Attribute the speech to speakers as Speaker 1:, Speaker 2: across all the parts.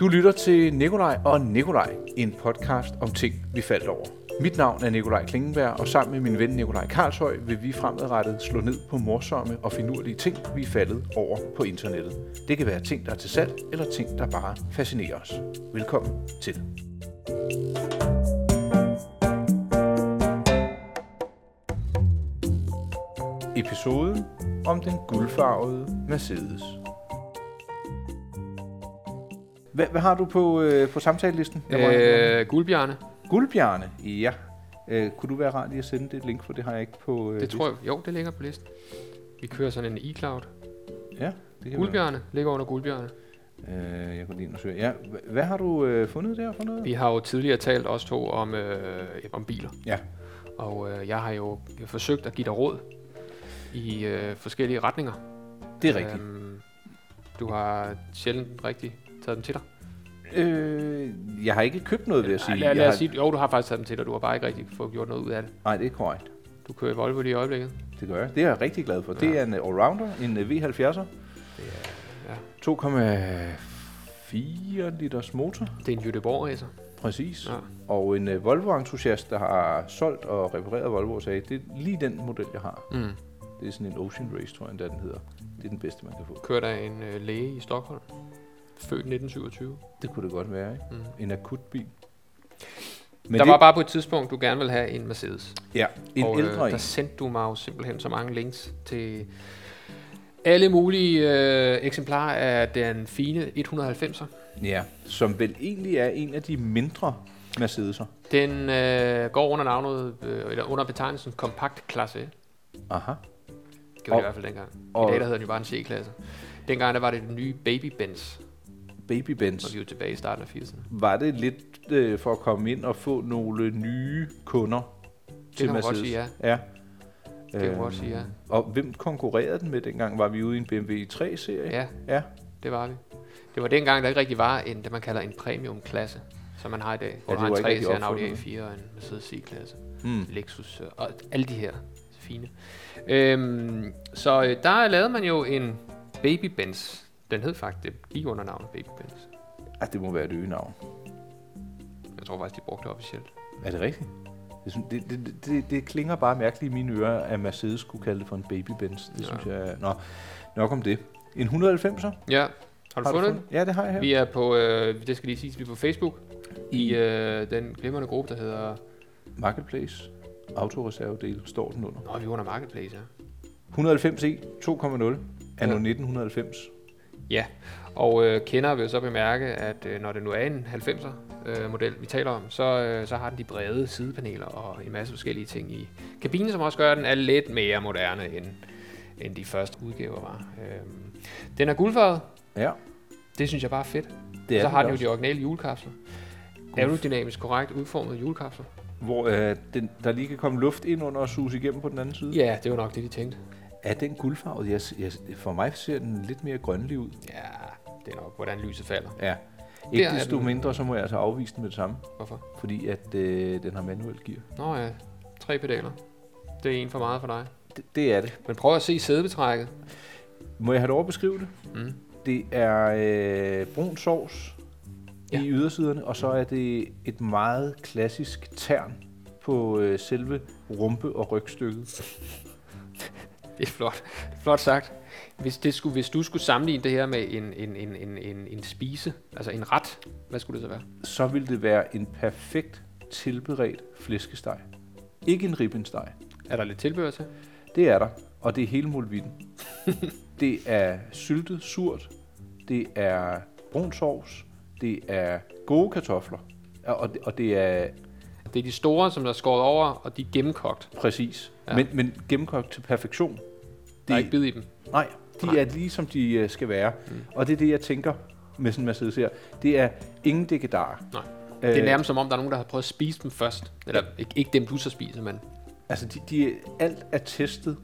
Speaker 1: Du lytter til Nikolaj og Nikolaj, en podcast om ting, vi faldt over. Mit navn er Nikolaj Klingenberg, og sammen med min ven Nikolaj Karlshøj vil vi fremadrettet slå ned på morsomme og finurlige ting, vi er faldet over på internettet. Det kan være ting, der er til salg, eller ting, der bare fascinerer os. Velkommen til. Episoden om den guldfarvede Mercedes. Hvad, hvad har du på, øh, på samtalelisten? Jeg må-
Speaker 2: Øh, Guldbjørne,
Speaker 1: Guldbjørne, ja. Øh, kunne du være rar lige at sende det link, for det har jeg ikke på... Øh,
Speaker 2: det tror jeg, jo, det ligger på listen. Vi kører sådan en e-cloud.
Speaker 1: Ja, det kan
Speaker 2: Guldbjørne ligger under Guldbjørne.
Speaker 1: være. Øh, jeg kunne lige ind og søge. Ja, hva- hvad har du øh, fundet der for noget?
Speaker 2: Vi har jo tidligere talt os to om, øh, om biler,
Speaker 1: Ja.
Speaker 2: og øh, jeg har jo forsøgt at give dig råd i øh, forskellige retninger.
Speaker 1: Det er rigtigt.
Speaker 2: Øhm, du har sjældent rigtig taget dem til dig.
Speaker 1: Øh, jeg har ikke købt noget, vil jeg sige.
Speaker 2: Ej, lad,
Speaker 1: jeg
Speaker 2: lad
Speaker 1: har...
Speaker 2: os sige, jo, du har faktisk taget dem til dig, du har bare ikke rigtig fået gjort noget ud af det.
Speaker 1: Nej, det er korrekt.
Speaker 2: Du kører i Volvo lige i øjeblikket.
Speaker 1: Det gør jeg. Det er jeg rigtig glad for. Ja. Det
Speaker 2: Ja.
Speaker 1: er en øh, allrounder, en øh, V70'er.
Speaker 2: ja.
Speaker 1: 2,4 liters motor,
Speaker 2: Det er en Jødeborg Racer.
Speaker 1: præcis.
Speaker 2: Ja.
Speaker 1: Og en øh, Volvo-entusiast, der har solgt og repareret Volvo, sagde, det er lige den model, jeg har.
Speaker 2: Mm.
Speaker 1: Det er sådan en Ocean Race, tror jeg endda, den hedder. Det er den bedste, man kan få.
Speaker 2: Kørt af en øh, læge i Stockholm. Født 1927.
Speaker 1: Det kunne det godt være, ikke?
Speaker 2: Mm.
Speaker 1: En akutbil.
Speaker 2: Men der det... var bare på et tidspunkt, du gerne ville have en Mercedes.
Speaker 1: ja, en
Speaker 2: og, øh,
Speaker 1: ældre
Speaker 2: der
Speaker 1: en.
Speaker 2: sendte du mig jo simpelthen så mange links til alle mulige øh, eksemplarer af den fine 190'er.
Speaker 1: Ja, som vel egentlig er en af de mindre Mercedes'er.
Speaker 2: Den øh, går under navnet, øh, eller under betegnelsen kompakt klasse. A.
Speaker 1: Aha.
Speaker 2: Gjorde og,
Speaker 1: Og-
Speaker 2: i hvert fald dengang.
Speaker 1: og-
Speaker 2: I dag der hedder den jo bare en C-klasse. Dengang der var det den nye Baby Benz,
Speaker 1: Baby
Speaker 2: når
Speaker 1: Benz.
Speaker 2: vi er jo tilbage i starten af 80'erne.
Speaker 1: Var det lidt øh, for at komme ind og få nogle nye kunder til
Speaker 2: kan man godt
Speaker 1: Mercedes?
Speaker 2: sige, ja.
Speaker 1: ja. Øhm,
Speaker 2: Det kan man godt sige, ja.
Speaker 1: Og hvem konkurrerede den med dengang? Var vi ude i en BMW 3-serie?
Speaker 2: Ja,
Speaker 1: ja.
Speaker 2: det var vi. Det var dengang, der ikke rigtig var en, det man kalder en premium-klasse, som man har i dag. Hvor
Speaker 1: Ja,
Speaker 2: ja,
Speaker 1: det var
Speaker 2: du har en
Speaker 1: ikke
Speaker 2: 3
Speaker 1: rigtig
Speaker 2: serie en Audi
Speaker 1: opfundet.
Speaker 2: A4 og en Mercedes C-klasse.
Speaker 1: Mm.
Speaker 2: Lexus øh, og alle de her fine. Øhm, så øh, der lavede man jo en Baby Benz. Den hed faktisk, det gik under navnet Baby Benz.
Speaker 1: Ah, det må være et øgenavn.
Speaker 2: Jeg tror faktisk, de brugte det officielt.
Speaker 1: Er det rigtigt? Jeg synes, det, det, det- det, det klinger bare mærkeligt i mine ører, at Mercedes skulle kalde det for en baby Benz. Det ja.
Speaker 2: Ja.
Speaker 1: synes jeg... er- Nå, nok om det. En 190'er?
Speaker 2: Ja, har du fundet den?
Speaker 1: Ja, det har jeg her.
Speaker 2: Vi er på, øh, det skal lige siges, vi er på Facebook i øh, den glimrende gruppe, der hedder...
Speaker 1: Marketplace. Autoreservedel står den under.
Speaker 2: Nå, vi er under Marketplace, ja.
Speaker 1: 190e 2.0 anno
Speaker 2: Ja.
Speaker 1: 1990.
Speaker 2: Ja, og øh, kender vil jo så bemærke, at øh, når det nu er en 90'er-model, øh, model, vi taler om, så, øh, så har den de brede sidepaneler og en masse forskellige ting i kabinen, som også gør, at den er lidt mere moderne, end, end de første udgaver var. Øhm, den er guldfarvet.
Speaker 1: Ja,
Speaker 2: Det synes jeg bare er fedt.
Speaker 1: det er
Speaker 2: så har den jo
Speaker 1: også.
Speaker 2: de originale julekapsler. Aerodynamisk korrekt udformede julekapsler.
Speaker 1: Hvor øh, den, der lige kan komme luft ind under og sus igennem på den anden side.
Speaker 2: Ja, det var nok det, de tænkte.
Speaker 1: Er den guldfarvet? Jeg, jeg, for mig ser den lidt mere grønlig ud.
Speaker 2: Ja, det er nok, hvordan lyset falder.
Speaker 1: Ja. Ikke
Speaker 2: Der er
Speaker 1: desto
Speaker 2: den.
Speaker 1: mindre, så må jeg altså afvise den med det samme.
Speaker 2: Hvorfor?
Speaker 1: Fordi at øh, den har manuel gear.
Speaker 2: Nå ja, tre pedaler. Det er en for meget for dig.
Speaker 1: Det, det er det.
Speaker 2: Men prøv at se sædebetrækket.
Speaker 1: Må jeg have lov at beskrive det?
Speaker 2: Mm.
Speaker 1: Det er øh, brun sovs ja.
Speaker 2: Ja.
Speaker 1: i ydersiderne, og så er det et meget klassisk tern på øh, selve rumpe og rygstykket.
Speaker 2: Det er flot. Flot sagt. Hvis, det skulle, hvis du skulle sammenligne det her med en, en, en, en, en, en spise, altså en ret, hvad skulle det så være?
Speaker 1: Så vil det være en perfekt tilberedt flæskesteg. Ikke en ribbensteg.
Speaker 2: Er der lidt tilbehør til?
Speaker 1: Det er der, og det er hele mulvitten. det er syltet surt, det er brun sovs, det er gode kartofler, og det, og det er
Speaker 2: Det er de store, som der er skåret over, og de er gennemkogt.
Speaker 1: Præcis. Ja.
Speaker 2: Ja.
Speaker 1: Men, men gennemkogt til perfektion.
Speaker 2: Der
Speaker 1: Det,
Speaker 2: er ikke bid i dem.
Speaker 1: nej, de
Speaker 2: Nej.
Speaker 1: er lige som de øh, skal være. Mm. Og det er det, jeg tænker med sådan en Mercedes her. Det er ingen dekadar.
Speaker 2: Nej.
Speaker 1: Øh,
Speaker 2: Det er nærmest som om, der er nogen, der har prøvet at spise dem først. Eller ikke, ikke dem, du så spiser, men
Speaker 1: Altså, de, de, alt er testet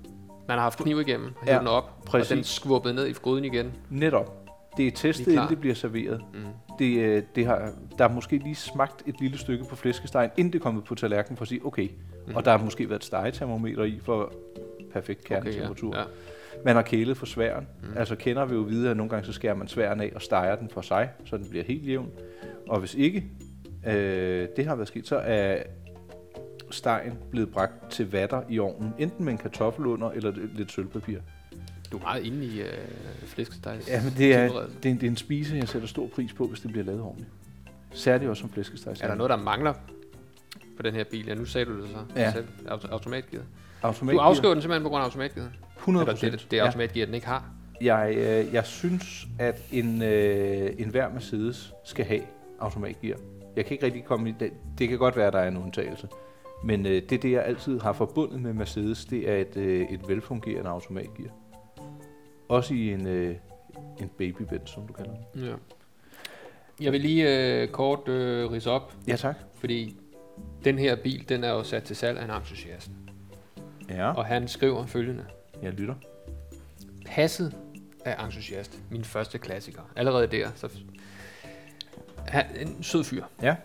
Speaker 2: man har haft kniv igennem, og
Speaker 1: Ja,
Speaker 2: ja, den op,
Speaker 1: præcis.
Speaker 2: og den skubbet ned i gryden igen.
Speaker 1: netop. Det er testet,
Speaker 2: Lige klar.
Speaker 1: inden det bliver serveret.
Speaker 2: Mm.
Speaker 1: Det, øh, det har, der er måske lige smagt et lille stykke på flæskestegen, inden det er kommet på tallerkenen, for at sige, okay. Mm. Og der har måske været et stegetermometer i for perfekt kernetemperatur.
Speaker 2: ja.
Speaker 1: Man har kælet for sværen. Mm. Altså kender vi jo videre, at nogle gange så skærer man sværen af og steger den for sig, så den bliver helt jævn. Og hvis ikke øh, det har været sket, så er stegen blevet bragt til vatter i ovnen, enten med en kartoffel under eller lidt- lidt sølvpapir.
Speaker 2: Du er meget inde i øh, flæskestegs.
Speaker 1: Ja, men det er,
Speaker 2: tilberedelse.
Speaker 1: det, er en, det er en spise, jeg sætter stor pris på, hvis det bliver lavet ordentligt. Særligt også som flæskesteg.
Speaker 2: Er der noget, der mangler på den her bil? Ja, nu sagde du det så.
Speaker 1: Ja.
Speaker 2: Selv. Auto- Automatgear.
Speaker 1: Automat
Speaker 2: Du afskriver den simpelthen på grund af automatgear.
Speaker 1: 100
Speaker 2: Eller det, det er automatgear, den ikke har.
Speaker 1: Jeg, øh, jeg synes, at en, øh, en hver Mercedes skal have automatgear. Jeg kan ikke rigtig komme i det. Det kan godt være, at der er en undtagelse. Men øh, det, det jeg altid har forbundet med Mercedes, det er et, øh, et velfungerende automatgear. Også i en, øh, en babyben, som du kalder den.
Speaker 2: Ja. Jeg vil lige øh, kort øh, rise op,
Speaker 1: Ja, tak.
Speaker 2: fordi den her bil, den er jo sat til salg af en entusiast.
Speaker 1: Ja,
Speaker 2: Og han skriver følgende.
Speaker 1: jeg lytter.
Speaker 2: passet af entusiast. Min første klassiker. Allerede der. Så... Han, en sød fyr.
Speaker 1: Ja.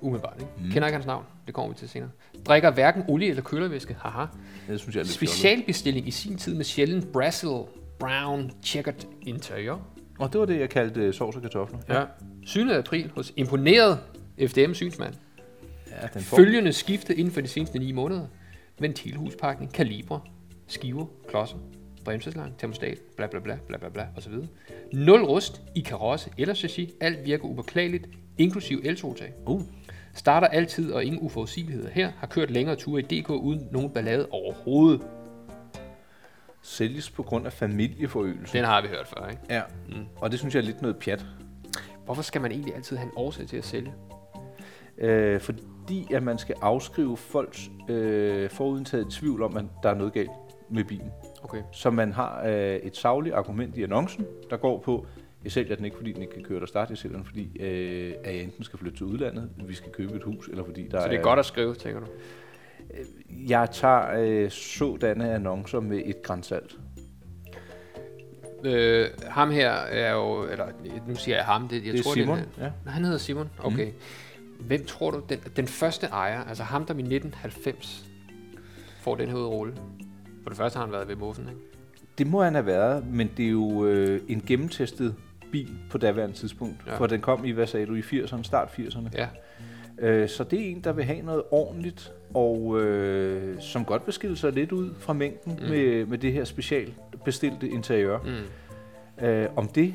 Speaker 2: Umiddelbart, ikke?
Speaker 1: Mm.
Speaker 2: Mm. Kender ikke hans navn. Det kommer vi til senere. Drikker hverken olie eller kølervæske. Haha.
Speaker 1: Det synes jeg er lidt fjollet.
Speaker 2: Specialbestilling i sin tid med sjældent Brazil Brown Checkered Interior.
Speaker 1: Og det var det, jeg kaldte øh, sovs og kartofler.
Speaker 2: Ja. 7. april hos imponeret FDM-synsmand.
Speaker 1: ja den får.
Speaker 2: Følgende skifte inden for de seneste 9 måneder. Ventilhuspakning, kalibre, skiver, klodser, bremseslang, termostat, bla bla bla bla bla bla osv. Nul rust i karosse eller chassis. Alt virker upåklageligt, inklusiv eltotag.
Speaker 1: Uh,
Speaker 2: Starter altid og ingen uforudsigeligheder her. Har kørt længere ture i DK uden nogen ballade overhovedet.
Speaker 1: sælges på grund af familieforøgelse.
Speaker 2: Den har vi hørt før, ikke?
Speaker 1: Ja, og det synes jeg er lidt noget pjat.
Speaker 2: Hvorfor skal man egentlig altid have en årsag til at sælge?
Speaker 1: Øh, fordi at man skal afskrive folks øh, forudindtaget tvivl om, at der er noget galt med bilen.
Speaker 2: Okay.
Speaker 1: Så man har øh, et sagligt argument i annoncen, der går på, jeg sælger den ikke, fordi den ikke kan køre og starte. Jeg sælger den, fordi øh, at jeg enten skal flytte til udlandet, vi skal købe et hus, eller fordi der
Speaker 2: Så det er
Speaker 1: er
Speaker 2: godt at skrive, tænker du?
Speaker 1: Jeg tager øh, sådanne annoncer med et grænsalt.
Speaker 2: Øh, ham her er jo... Eller, nu siger jeg ham. Det, jeg
Speaker 1: det er
Speaker 2: tror,
Speaker 1: Simon. Mhm.
Speaker 2: Det er,
Speaker 1: ja.
Speaker 2: Nå, Han hedder Simon. Okay. Mm. Hvem tror du, den, den første ejer, altså ham, der i 1990 får den her ud at rulle? For det første har han været ved Muffen, ikke?
Speaker 1: Det må han have været, men det er jo øh, en gennemtestet bil på daværende tidspunkt. Ja.
Speaker 2: Ja.
Speaker 1: For den kom i, hvad sagde du, i 80'erne, start 80'erne.
Speaker 2: Ja.
Speaker 1: Øh, Så det er en, der vil have noget ordentligt, og øh, som godt vil skille sig lidt ud fra mængden mm.
Speaker 2: Mm.
Speaker 1: med, med det her specielt bestilte interiør.
Speaker 2: Mm.
Speaker 1: Øh, om det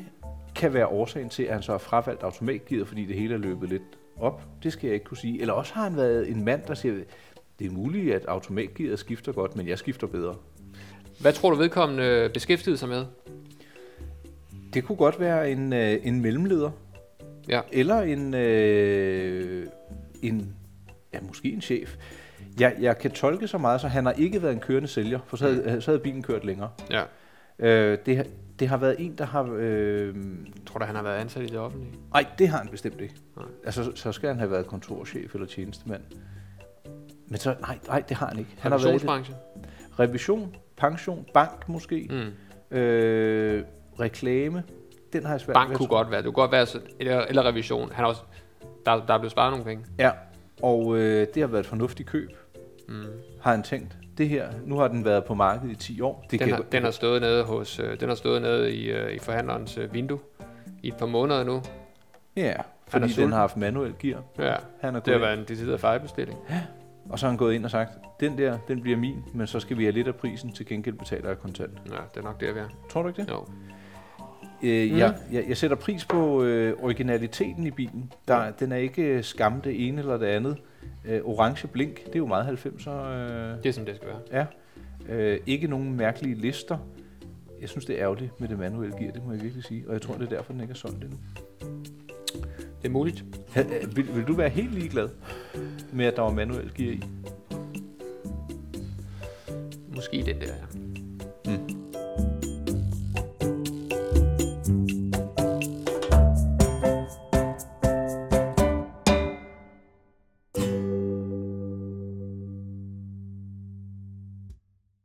Speaker 1: kan være årsagen til, at han så har fravalgt automatgearet, fordi det hele er løbet lidt op, det skal jeg ikke kunne sige. Eller også har han været en mand, der siger, det er muligt, at automatgearet skifter godt, men jeg skifter bedre.
Speaker 2: Hvad tror du, vedkommende beskæftigede sig med?
Speaker 1: Det kunne godt være en, øh, en mellemleder.
Speaker 2: Ja.
Speaker 1: Eller en, øh, en, ja, måske en chef. Jeg, jeg kan tolke så meget, så han har ikke været en kørende sælger, for så havde,
Speaker 2: Mm.
Speaker 1: øh, så havde bilen kørt længere.
Speaker 2: Ja.
Speaker 1: Øh, det, har- det har været en, der har... Øh,
Speaker 2: Tror du, han har været ansat i det offentlige?
Speaker 1: ej, det har han bestemt ikke.
Speaker 2: Nej.
Speaker 1: Altså, så- så skal han have været kontorchef eller tjenestemand. Men så, nej, nej, det har han ikke.
Speaker 2: Han
Speaker 1: Han
Speaker 2: har
Speaker 1: har været i det.
Speaker 2: været
Speaker 1: revision, pension, bank måske,
Speaker 2: mm.
Speaker 1: mm. øh, reklame. Den har jeg svært ved
Speaker 2: Bank
Speaker 1: at
Speaker 2: kunne godt være. Det kunne godt være, sådan- eller, eller revision. Han har også, der, der er blevet sparet nogle penge.
Speaker 1: Ja, og øh, det har været et fornuftigt køb,
Speaker 2: Mm.
Speaker 1: har han tænkt. Det her, nu har den været på markedet i 10 år. Det
Speaker 2: Den, har,
Speaker 1: godt-
Speaker 2: den har stået nede, hos, øh, den har stået nede i, øh, i forhandlerens øh, vindue i et par måneder nu.
Speaker 1: Ja, fordi han den
Speaker 2: sulten.
Speaker 1: har haft manuel gear.
Speaker 2: Ja,
Speaker 1: Han er
Speaker 2: det har
Speaker 1: gået
Speaker 2: været en decideret fejlbestilling.
Speaker 1: ind, og så har han gået ind og sagt, den der, den bliver min, men så skal vi have lidt af prisen, til gengæld betaler jeg kontant.
Speaker 2: Ja, det er nok der, vi er.
Speaker 1: Tror du ikke det?
Speaker 2: Jo.
Speaker 1: Øh,
Speaker 2: Mm.
Speaker 1: jeg, jeg, jeg sætter pris på øh, originaliteten i bilen. Der, Den er ikke øh, skam det ene eller det andet. Øh, orange blink, det er jo meget 90'er. Øh,
Speaker 2: Det er, som det skal være.
Speaker 1: ja. Øh, ikke nogen mærkelige lister. Jeg synes, det er ærgerligt med det manuelle gear, det må jeg virkelig sige. Og jeg tror, det er derfor, den ikke er solgt endnu.
Speaker 2: Det er muligt.
Speaker 1: Ha- øh, Vil, vil du være helt ligeglad med, at der var manuel gear i?
Speaker 2: Måske den der, ja.